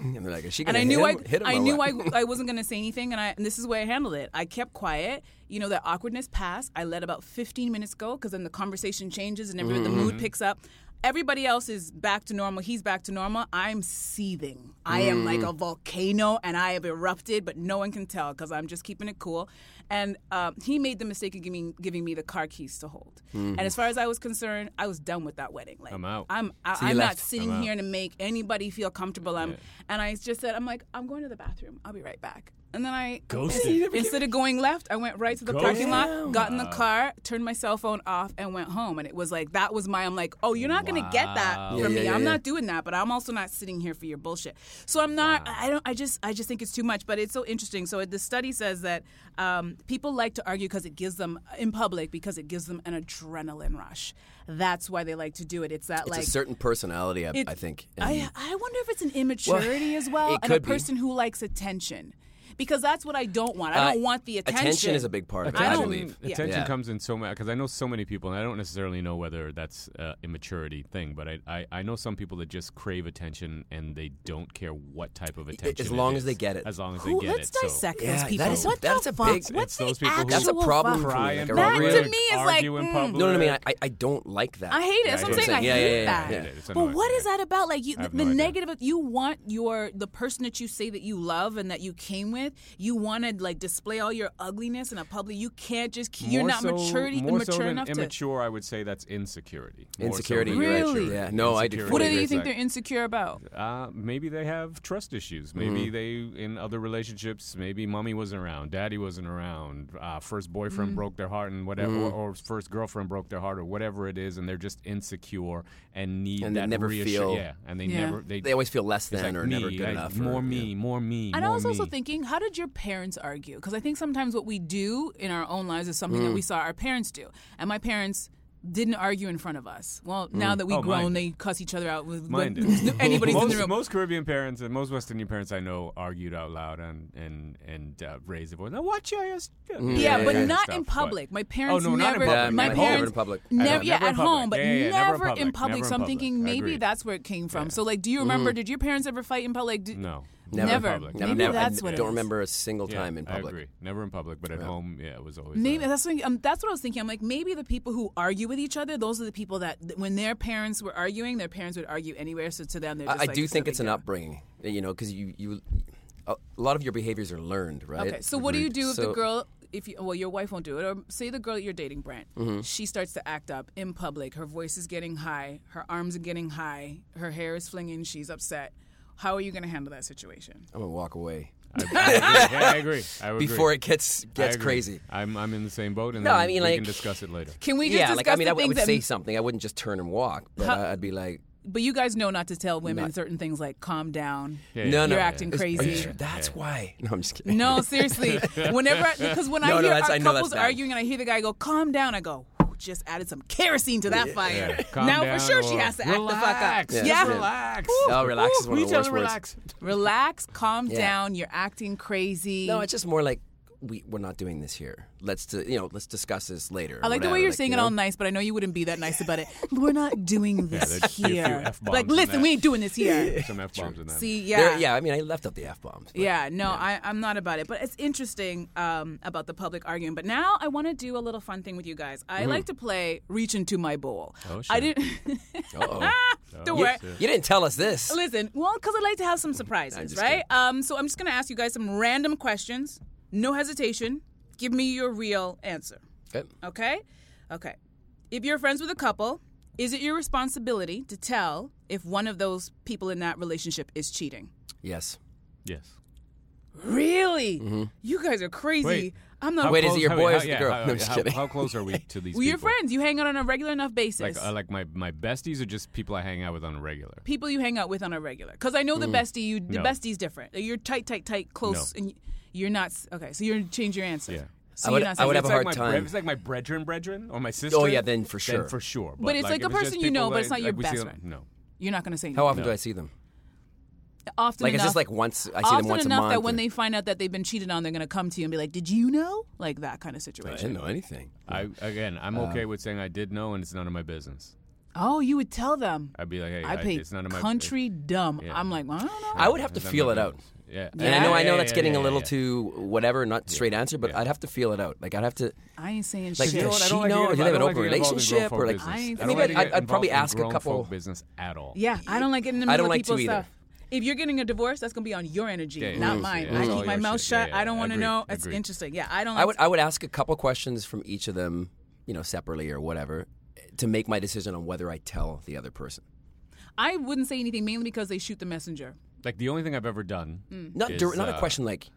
And they're like, is she and gonna i knew hit him, i hit him i or knew what? I, I wasn't going to say anything and i and this is where i handled it i kept quiet you know that awkwardness passed i let about 15 minutes go because then the conversation changes and every, the Mm-hmm. mood picks up Everybody else is back to normal. He's back to normal. I'm seething. I Mm. am like a volcano and I have erupted, but no one can tell because I'm just keeping it cool. And um, he made the mistake of giving, giving me the car keys to hold. Mm. And as far as I was concerned, I was done with that wedding. Like, I'm out. I'm, I, you I'm not left. sitting here to make anybody feel comfortable. I'm, And I just said, I'm like, I'm going to the bathroom. I'll be right back. And then I, Ghosted. instead of going left, I went right to the parking lot, got in the car, turned my cell phone off, and went home. And it was like, that was my, I'm like, oh, you're not going to get that from yeah, me. yeah, I'm yeah. not doing that, but I'm also not sitting here for your bullshit. So I'm not, I don't, I just, I just think it's too much, but it's so interesting. So the study says that um, people like to argue because it gives them, in public, because it gives them an adrenaline rush. That's why they like to do it. It's that It's like, a certain personality, I, it- I think. I, and- I wonder if it's an immaturity as well, it and a could be. person who likes attention, because that's what I don't want. I Uh, don't want the attention. is a big part of it, I I don't- believe. yeah. Attention Yeah. comes in so much because I know so many people, and I don't necessarily know whether that's uh, immaturity thing, but I, I I know some people that just crave attention and they don't care what type of attention. long it as they is. get it. As long as Who- they get let's it. so- dissect Yeah, those that people. is a- what the that's a fuck? big- What's it's the those people who- actual That's a fuck? problem for me, Cry like in a That public, to me is like, argue in mm. public. No, no, no, I mean, I, I- I don't like that. I hate it. Yeah, That's I what I'm hate saying. I it. hate Yeah, yeah, yeah, that. yeah. I hate it. It's But annoying. what is that about? Like you, I have the no idea. negative. You want your the person that you say that you love and that you came with. You want to like display all your ugliness in a public. You can't just. keep- You're More not so- maturity more mature so than enough to. immature. I would say that's insecurity. More so Insecurity, than you're right, you're maturity. right. Yeah, no, I do. Insecurity. What do Totally you agree think with they're insecure about? Uh, maybe they have trust issues. Maybe Mm-hmm. they, in other relationships, maybe mommy wasn't around, daddy wasn't around, uh, first boyfriend Mm. broke their heart, and whatever, Mm-hmm. or, or first girlfriend broke their heart, or whatever it is, and they're just insecure and need And they that never reassure- feel- Yeah, and they Yeah. never they, They always feel less it's than like or me, never good like, enough. or- More yeah. me, more me. And I more was also me. thinking, how did your parents argue? Because I think sometimes what we do in our own lives is something Mm. that we saw our parents do. And my parents didn't argue in front of us. Well, now that we've Oh, mine grown, did. they cuss each other out with Mine with- did. anybody's most, in the room. Most Caribbean parents and most Western Indian parents I know argued out loud and and and uh, raised their voice. Now watch your ass. Yeah, Mm, Yeah, but yeah, yeah. not Stuff, in but- public. My parents oh, no, never. Not in public. Yeah, my never in parents public. I know, Never, yeah, never in at home, public. but Yeah, yeah, yeah, never in never, in public, public. never in so I'm public. thinking I maybe agree. that's where it came from. So, like, do you remember? Did your parents ever fight in public? Did, No, Never. Never. in public. Maybe Never, never. that's I what it don't is. remember a single time Yeah, in public. I agree. Never in public, but at home, yeah, it was always. Maybe uh, that's what, um, that's what I was thinking. I'm like, maybe the people who argue with each other, those are the people that th- when their parents were arguing, their parents would argue anywhere. So to them, they're I, just I like, do think no it's big an deal. upbringing, you know, because you you a lot of your behaviors are learned, right? Okay, so what do you do if the So- girl, if you, well, your wife won't do it, or say the girl you're dating, Brent, Mm-hmm. she starts to act up in public. Her voice is getting high, her arms are getting high, her hair is flinging, she's upset. How are you going to handle that situation? I'm gonna walk away I, I agree. Yeah, I agree. I would agree. before it gets I gets agree. crazy. I'm I'm in the same boat, and No, then I mean, we like- can discuss it later. Can we just Yeah, discuss like I mean, the I would- I things would that say something. I wouldn't just turn and walk, but I- I'd be like, But you guys know not to tell women certain things like calm down. Yeah, no, no, You're acting Is- are you crazy. sure? That's why. No, I'm just kidding. No, seriously. Whenever because when No, I no, hear our that's- I know that's couples bad. arguing and I hear the guy go, "Calm down," I go, "Whew, "Just added some kerosene to that fire." Calm now down for sure she or has to act relax. the fuck up. Just Yeah, relax. No, relax is one we of the tell worst her words. relax. relax, calm Yeah. down. You're acting crazy. No, it's just more like we we're not doing this here. Let's to, you know let's discuss this later. I like the way you're saying it all nice, but I know you wouldn't be that nice about it. We're not doing this there'd be a few here. F-bombs Like, in listen, that. we ain't doing this here. Some F bombs in that. See, Yeah, yeah, yeah. I mean, I left out the f bombs. Yeah, no, I, I'm not about it. But it's interesting um, about the public arguing. But now I want to do a little fun thing with you guys. I like to play reach into my bowl. Mm-hmm. Oh, I sure. didn't. Ah, Oh, Don't you, worry. you didn't tell us this. Listen, well, because I like to have some surprises, right? Um, so I'm just gonna ask you guys some random questions. No hesitation. Give me your real answer. Okay. Okay? Okay. If you're friends with a couple, is it your responsibility to tell if one of those people in that relationship is cheating? Yes. Yes. Really? You guys are crazy. Wait. I'm not. How Wait, is it your how- boy or how- is it the yeah, girl? How, No, I'm just how- kidding. How close are we to these Well, you're people? friends. You hang out on a regular enough basis. Like, uh, like my, my besties are just people I hang out with on a regular. people you hang out with on a regular. Because I know the bestie, you the Mm. No. bestie's different. You're tight, tight, tight, close, No. and you're not. s- Okay, so you're change your answer. Yeah. So I would- you're not I would saying- have a It's hard like my, time. Oh, bre- It's like my brethren, brethren, or my sister. yeah, then for sure. Then for sure. But, it's like a if just person you people know, but that- it's not your we see best on- friend. No. You're not going to say How anything. often do I see them? Often Like, enough, it's just like once I see often them once enough a month. that when they find out that they've been cheated on, they're going to come to you and be like, "Did you know?" Like that kind of I situation. didn't know anything. I, again, I'm okay with saying I did know, and it's none of my business. Oh, you would tell them. I'd be like, hey, I paid it's none of my country dumb. Yeah. I'm like, well, I don't know. I would have to it's none of feel my it out. business. Yeah. And I know, I know that's yeah, getting yeah, a little yeah. too whatever, not straight answer, but Yeah. I'd have to feel it out. Like I'd have to. I ain't saying Like, shit. You know does what? I she don't like to know? get Do involved- they have an I don't open like to get involved in relationship grown folk or, like- business. I ain't I think don't like to I'd- get I'd probably involved in ask a grown folk couple- business at all. Yeah, I don't like getting in the I middle don't of like to people's either. stuff. If you're getting a divorce, that's gonna be on your energy, Yeah, yeah, not yeah. mine. Yeah, I it's keep all my your mouth shit. shut. Yeah, yeah, I don't want to agreed, know. It's agreed. interesting. Yeah, I don't. Like I would I would ask a couple questions from each of them, you know, separately or whatever, to make my decision on whether I tell the other person. I wouldn't say anything mainly because they shoot the messenger. Like the only thing I've ever done. Not is, dir- not a uh, question like,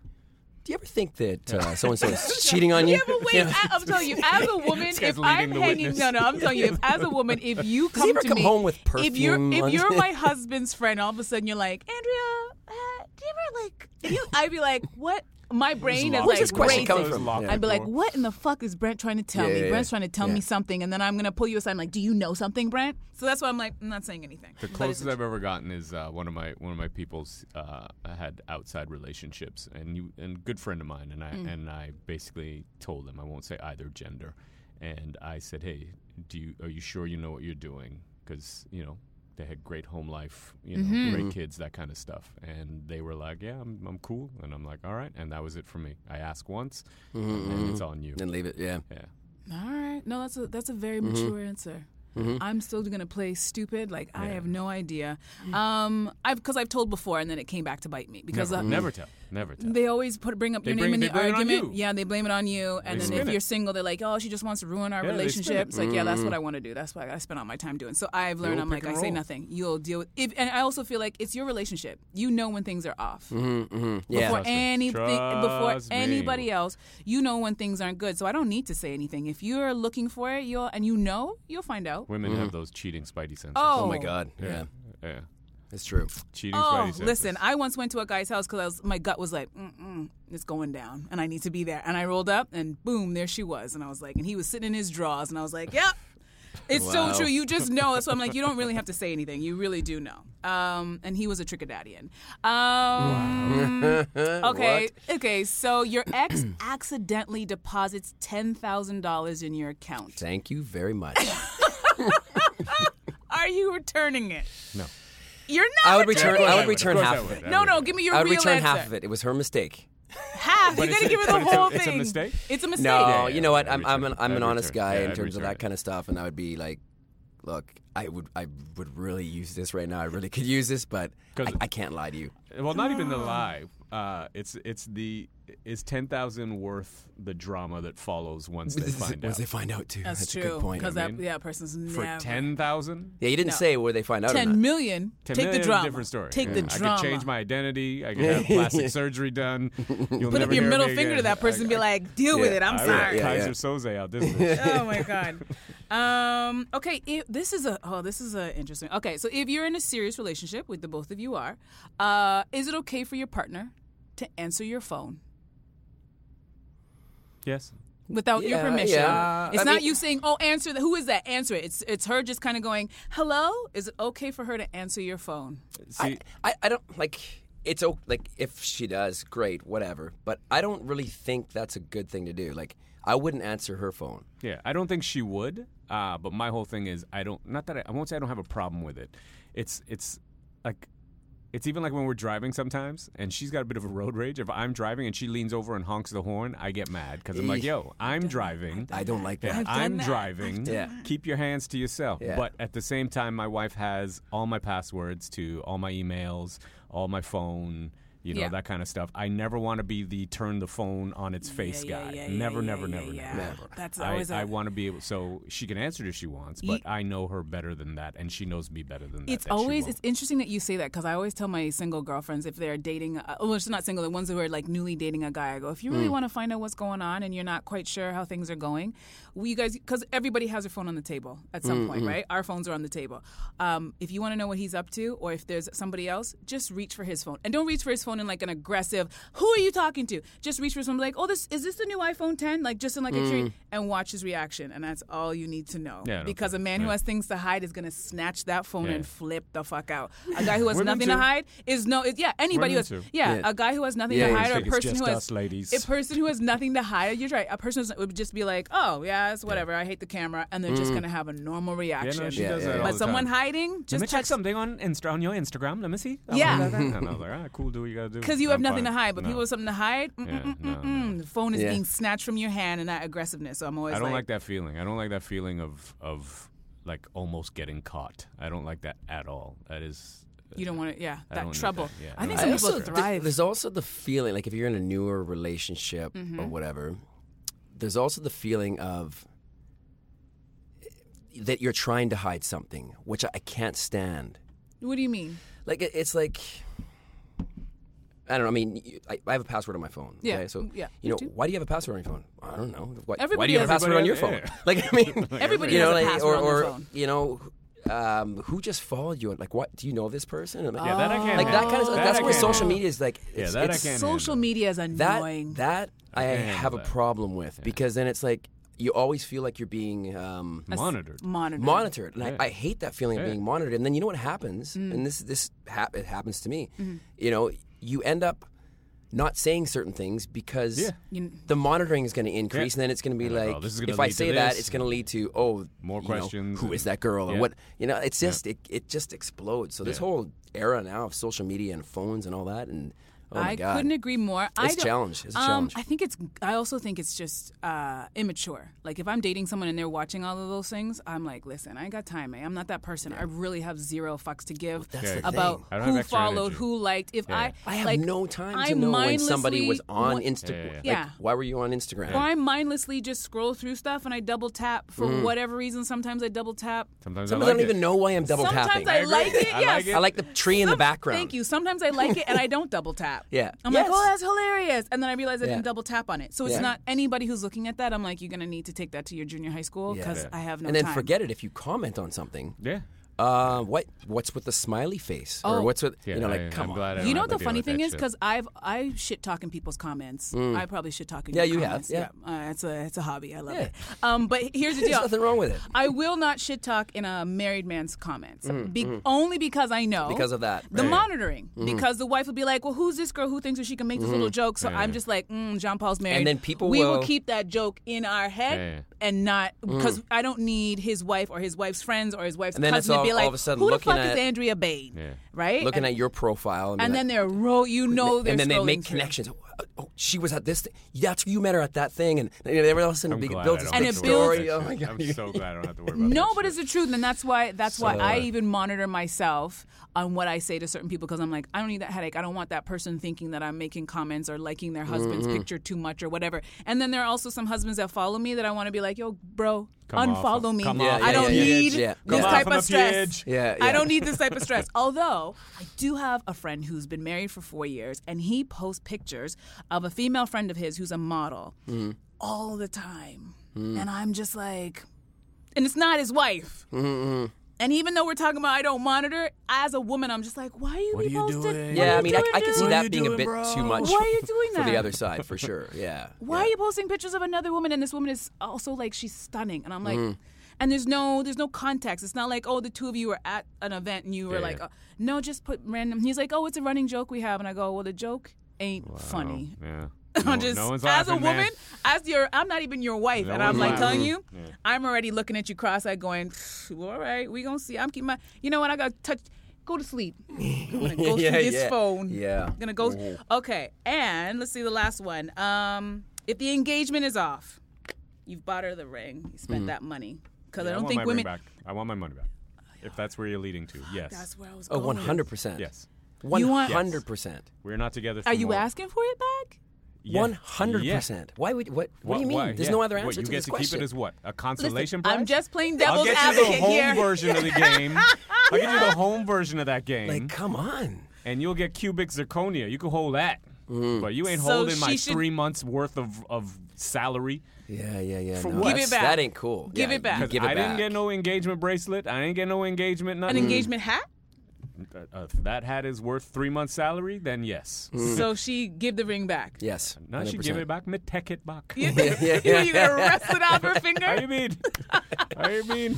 do you ever think that so and so is cheating on you? Yeah, but wait, I, I'm telling you, as a woman, This guy's if I'm leading the hanging, witness. no, no, I'm telling you, if, as a woman, if you he come ever to come me, home with if you're perfume if on- you're my husband's friend, all of a sudden you're like, Andrea, uh, do you ever like? If you, I'd be like, what? My brain is locked. like Where's this question racing. coming from? Locked I'd be like, door. what in the fuck is Brent trying to tell Yeah, me? yeah, Brent's yeah. trying to tell me something, and then I'm gonna pull you aside and like, do you know something, Brent? So that's why I'm like, I'm not saying anything. The But it's closest I've ever gotten is uh, one of my one of my people's uh, had outside relationships, and you and good friend of mine, and I Mm. and I basically told them I won't say either gender, and I said, hey, do you are you sure you know what you're doing? Because you know they had great home life, you know, Mm-hmm. great kids, that kind of stuff, and they were like, yeah, I'm, I'm cool, and I'm like, all right, and that was it for me. I asked once, and it's on you. Then leave it. Yeah. yeah. All right. No, that's a that's a very Mm-hmm. mature answer. I'm still gonna play stupid. Like I have no idea. Mm. Um, I've because I've told before, and then it came back to bite me because Never, uh, never tell. Never tell. They always put bring up They your bring- name in they the blame it on argument. you. Yeah, they blame it on you. And They then if spin it. you're single, they're like, "Oh, she just wants to ruin our Yeah, they spin it. relationship." It's like, yeah, that's what I want to do. That's why I spent all my time doing. So I've learned. will I'm pick like, I and say roll. nothing. You'll deal with. If, and I also feel like it's your relationship. You know when things are off Yeah. before anything before Mm-hmm. Trust me. anybody else. You know when things aren't good, so I don't need to say anything. If you're looking for it, you'll and you know you'll find out. Women have those cheating spidey senses. Oh, Oh my God. Yeah. Yeah. It's true. Cheating Oh, spidey senses. listen! I once went to a guy's house because my gut was like, Mm-mm, "It's going down," and I need to be there. And I rolled up, and boom, there she was. And I was like, and he was sitting in his drawers, and I was like, "Yep, it's Wow. so true. You just know." That's why I'm like, you don't really have to say anything. You really do know. Um, and he was a trickadadian. Um, Okay, okay. So your ex accidentally deposits ten thousand dollars in your account. Thank you very much. Are you returning it? No. You're not. I would returning it. return. I would Of course return I half of would. it. I No, would. no. Give me your I would real return answer. half of it. It was her mistake. half. You're it's gonna a- give her the but it's a- whole thing. it's a mistake? It's a mistake. No, yeah, you know what? I'd I'm I'm an, return it. I'm an I'd honest return it. guy Yeah, in I'd terms of return that it. kind of stuff, and I would be like, look, I would I would really use this right now. I really could use this, but I, 'Cause- I can't lie to you. Well, not even the lie. Uh, it's it's the is ten thousand worth the drama that follows once they find Once out. they find out too, That's, that's, true. a good point. Because that mean, yeah, person's for never. ten thousand. yeah, you didn't say where they find out. or 10 not. million. 10 take million the is drama. a different story. Take Yeah. the drama. I could change my identity. I could have plastic surgery done. You'll Put up never your hear middle me again. finger to that person and be like, deal with it. I'm I would sorry. yeah, Kaiser yeah. Soze out this. bitch. Oh my god. Um, okay, if, this is a oh, this is a interesting. Okay, so if you're in a serious relationship with the both of you are, uh, is it okay for your partner to answer your phone yes. without your Yeah, permission? Uh, yeah. It's I not mean- you saying, "Oh, answer that." Who is that? Answer it. It's it's her just kind of going, "Hello." Is it okay for her to answer your phone? See, I, I don't like it's o- like if she does, great, whatever. But I don't really think that's a good thing to do. Like I wouldn't answer her phone. Yeah, I don't think she would. Uh, but my whole thing is I don't. Not that I, I won't say I don't have a problem with it. It's it's like it's even like when we're driving sometimes, and she's got a bit of a road rage. If I'm driving and she leans over and honks the horn, I get mad because I'm like, Eh, yo, I'm driving. I don't like Yeah, that. done I'm that. driving. Yeah. Keep your hands to yourself. Yeah. But at the same time, my wife has all my passwords to all my emails, all my phone, you know, Yeah. that kind of stuff. I never want to be the turn the phone on its face yeah, guy. yeah, yeah, never, yeah, never, yeah, never, yeah. never. Never. That's I, always uh, a- I want to be able, so she can answer it if she wants, but I know her better than that, and she knows me better than that. It's that she always won't. it's interesting that you say that because I always tell my single girlfriends if they're dating, uh, well, it's not single, the ones who are like newly dating a guy. I go, if you Mm. really want to find out what's going on and you're not quite sure how things are going, we you guys because everybody has their phone on the table at some Mm, point, right? Our phones are on the table. Um, if you want to know what he's up to or if there's somebody else, just reach for his phone and don't reach for his phone in like an aggressive. Who are you talking to? Just reach for his phone, like, oh, this is this the new iPhone 10? Like just in like a tree and watch his reaction, and that's all you need to know Mm. Yeah, I don't because a think- man who yeah. has things to hide is gonna snatch that phone Yeah. and flip the fuck out. A guy who has Women nothing to too. hide is no. Is, yeah, anybody who Women has too. yeah, Yeah. a guy who has nothing Yeah, to yeah. hide I or a think it's person who just has us ladies. a person who has nothing to hide. You're right. A person who would just be like, oh yeah, it's whatever. I hate the camera, and they're just gonna have a normal Mm. Yeah, reaction. no, she does yeah, that yeah. all but the someone time. hiding Let me just check touch something on Insta on your Instagram. Let me see. Oh, Yeah. look at that. and I was like, all right, cool. Do what you gotta do. because you have I'm nothing fine. to hide. But No. people Mm-hmm. have something to hide. Yeah, Mm-mm-mm-mm. no, no. The phone is Yeah. being snatched from your hand, and that aggressiveness. So I'm always I don't like, like that feeling. I don't like that feeling of of like almost getting caught. I don't like that at all. That is you don't want to. Yeah, I don't that need trouble. that. Yeah, I think no, some I people th- thrive. there's also the feeling, like if you're in a newer relationship Mm-hmm. or whatever, there's also the feeling of that you're trying to hide something, which I I can't stand. what do you mean? Like it- it's like I don't know. I mean, you- I, I have a password on my phone. Yeah, okay? So mm, yeah, you know, me too. why do you have a password on your phone? I don't know. Why, why Everybody do you have a has- password on your phone? Everybody Like I mean, Everybody you know, has a like, password or, on their or phone. you know, um, who just followed you? Like, what do you know this person? And I'm like, "Oh, Yeah, that I can't like that handle. kind of That that's I where can't social handle. media is like Yeah, it's- that I it's- can't Social media is that annoying. that I, can't handle have a that. problem with because then it's like you always feel like you're being um, handle. monitored. monitored. monitored, and Yeah. I, I hate that feeling of Yeah. being monitored. And then you know what happens, Mm. and this this hap- it happens to me. Mm-hmm. You know, you end up not saying certain things because. Yeah. You- The monitoring is going to increase, and then it's going to be And like, like, oh, this is gonna if I lead to say that, this, it's going to lead to oh, more you know, questions who and- is that girl, and Yeah. what you know? It's just it, it just explodes. So this whole era now of social media and phones and all that, and oh my I god, couldn't agree more. I It's don't- challenge. It's a um, challenge. I think it's. I also think it's just uh, immature. Like if I'm dating someone and they're watching all of those things, I'm like, listen, I ain't got time, man. I'm not that person. I really have zero fucks to give that's the about thing. I don't who have extra followed, energy. who liked. If I, I have like, no time I to know when somebody mindlessly was on wa- Instagram. Like, Yeah. why were you on Instagram? Mm. Or I mindlessly just scroll through stuff and I double tap for whatever reason. Sometimes I double tap. Sometimes Sometimes I I like don't even it. know why I'm double Sometimes tapping. I, like it. I yes. like it. I like the tree in the Some- background. Thank you. Sometimes I like it and I don't double tap. Yeah. I'm Yes. like, oh, that's hilarious. And then I realize I Yeah. didn't double tap on it. So it's Yeah. not anybody who's looking at that. I'm like, you're going to need to take that to your junior high school Yeah. because I have no and then time. forget it if you comment on something. Yeah. Uh, what what's with the smiley face? Or Oh. what's with Yeah, you know like I, come I'm on. glad I You don't know have what the to deal funny with that thing is? shit. Because I've I shit talk in people's comments. I probably shit talk in Mm. Yeah, your you have. comments. Yeah. Uh, it's a it's a hobby. I love Yeah. it. Um, but here's the There's deal. nothing wrong with it. I will not shit talk in a married man's comments, be- only because I know Mm-hmm, Because of that. Mm-hmm. the Right. monitoring. Because the wife will be like, "Well, who's this girl who thinks that she can make this little joke?" So I'm just like, mm, "Jean Paul's married." then people we will, will- Mm. keep that joke in our head Yeah, yeah. and not because I don't need his wife or his wife's friends or his wife's And then it's cousin to be all- like, all of a sudden "Who the looking fuck at- is Andrea Bain?" Yeah. Right? Looking and, at your profile and, be and like, then they're ro- you know they're and then they scrolling make through. connections. Oh, oh, she was at this thing. That's you met her at that thing, and you know, everyone else in I'm big glad I builds this don't And big have it to deal with story. that Oh shit. my god. I'm so glad I don't have to worry about No, that but shit. it's the truth, and that's why that's why So, I uh, even monitor myself on what I say to certain people because I'm like, I don't need that headache. I don't want that person thinking that I'm making comments or liking their husband's Mm-hmm. picture too much or whatever. And then there are also some husbands that follow me that I want to be like, yo, bro, Come off unfollow of- me. come off I of don't the need page. Yeah. Come this off type of of, the stress. page. Yeah, I yeah. don't need this type of stress. Although I do have a friend who's been married for four years, and he posts pictures of a female friend of his who's a model Mm-hmm. all the time, Mm. and I'm just like and it's not his wife. And even though we're talking about I don't monitor, as a woman, I'm just like, why are you What are you posting? doing? What are Yeah, you I mean, I, doing, I can see dude? that being a bit too much Why are you doing for the that? other side, for sure. Yeah. Mm-hmm. Why are you posting pictures of another woman? And this woman is also like she's stunning, and I'm like, and there's no there's no context. It's not like oh the two of you were at an event and you were Yeah, like yeah. oh, no just put random. He's like oh it's a running joke we have, and I go well the joke ain't funny. Oh, Yeah. I'm No- just no one's as a laughing, woman, man. as your I'm not even your wife, No and I'm one's like telling laughing. you, I'm already looking at you cross-eyed, going, "Pff, "All right, we gonna see." I'm keeping my, you know what? I got to touch. Go to sleep. I'm gonna go Yeah, through this yeah. phone. Yeah. I'm gonna go. Okay, and let's see the last one. Um, if the engagement is off, you've bought her the ring. You Mm. spent that money because I I don't want think my ring women. Back. I want my money back. If that's where you're leading to, yes. That's where I was Oh, going. 100%. Yes. You want- 100%. We're not together. For Are you more- asking for it back? Yeah. One hundred Yeah. percent. Why would what? What, do you mean? why- There's yeah. no other What, answer you to get this to question. keep it as what? A Listen, consolation prize. I'm just playing devil's I'll get you the advocate home here. version of the game. I'll get you the home version of that game, like, come on. and you'll get cubic zirconia. You can hold that, but you ain't So holding my she should- three months worth of, of salary. Yeah, yeah, yeah. For no, what? Give that's- it back. That ain't cool. Give Yeah, it back. you 'Cause Give it I didn't back. get no engagement bracelet. I ain't get no engagement. An Mm. Nothing. engagement hat. Uh, if that hat is worth three months' salary, then yes. Mm. So she give the ring back. Yes. Now she give it back. Me take it back. You think you think you gonna wrest it off her How finger? you mean? How you mean?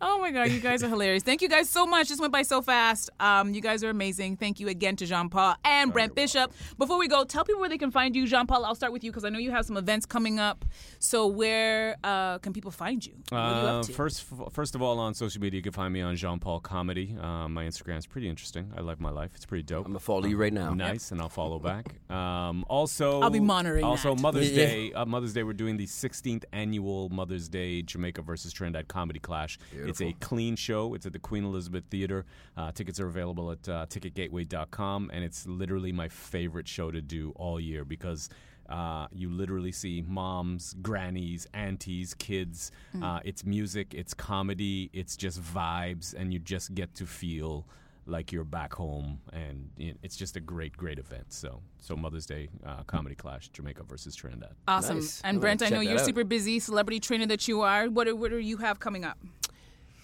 Oh my god, you guys are hilarious! Thank you guys so much. This went by so fast. Um, you guys are amazing. Thank you again to Jean Paul and Brent Bishop. Before we go, tell people where they can find you, Jean Paul. I'll start with you because I know you have some events coming up. So where uh, can people find you? What are you Uh, up to? first, first of all, on social media, you can find me on Jean Paul Comedy. Uh, my Instagram's pretty interesting. I like my life. It's pretty dope. I'm gonna follow you right now. Nice, and I'll follow back. Um, also, I'll be monitoring Also, that. Mother's Yeah. Day. Uh, Mother's Day. We're doing the 16th annual Mother's Day Jamaica versus Trinidad Comedy Clash. It's a clean show. It's at the Queen Elizabeth Theater. Uh, tickets are available at uh, ticketgateway.com, and it's literally my favorite show to do all year because. Uh, you literally see moms, grannies, aunties, kids. Mm. Uh, it's music, it's comedy, it's just vibes, and you just get to feel like you're back home, and it- it's just a great, great event. So, so Mother's Day uh, comedy clash, Jamaica versus Trinidad. Awesome. Nice. I'm And gonna Brent, I check know that you're out. super busy, celebrity trainer that you are. What do, what do you have coming up?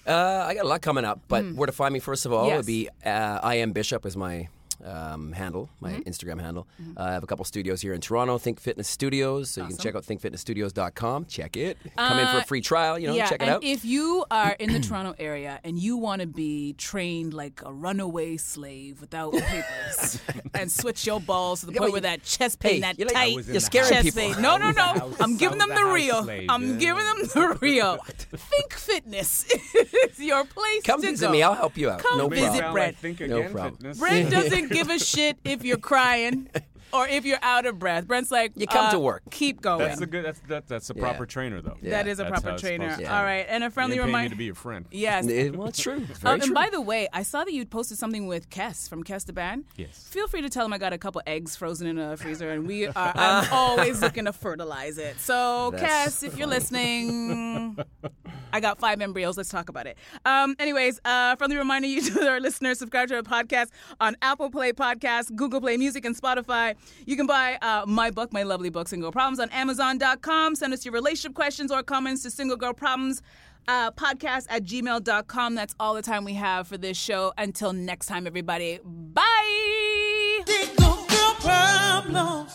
Uh, I got a lot coming up, but where to find me first of all Mm. Yes. would be uh, I am Bishop is my um, handle, my Mm-hmm. Instagram handle. Uh, I have a couple studios here in Toronto, Think Fitness Studios. So you can check out thinkfitnessstudios.com. Check it. Come in for a free trial. You know, Uh, yeah, check it and out. if you are in the Toronto area and you want to be trained like a runaway slave without papers and switch your balls to the Yeah, point but where you- that chest pain, Hey, that you're like- I tight was in You're the scaring chest people. pain. No, no, I was a no. house- I'm I giving was them a the house real. slave. I'm giving them the real. Think fitness is your place Come to visit go. me. I'll help you out. Come no Make it visit sound problem. Brett. Like think No again, problem. fitness. Brent doesn't give a shit if you're crying or if you're out of breath. Brent's like, You come uh, to work. Keep going. That's the good. That's that, that's a proper trainer, though. that is a That's how proper it's supposed trainer. to be. All right, and a friendly you didn't pay me reminder. to be your friend. Yes. Eh, well, it's true. It's Oh, very and true. by the way, I saw that you posted something with Kes from Kes the band. Yes. Feel free to tell him I got a couple eggs frozen in a freezer, and we are. I'm always looking to fertilize it. So That's Kes, if you're listening, I got five embryos. Let's talk about it. Um, anyways, uh, friendly reminder you to our listeners subscribe to our podcast on Apple Play Podcasts, Google Play Music, and Spotify. You can buy uh, my book, My Lovely Book, Single Problems, on Amazon.com. Send us your relationship questions or comments to Single Girl Problems. Uh, podcast at gmail.com. That's all the time we have for this show. Until next time, everybody. Bye. Single girl problems.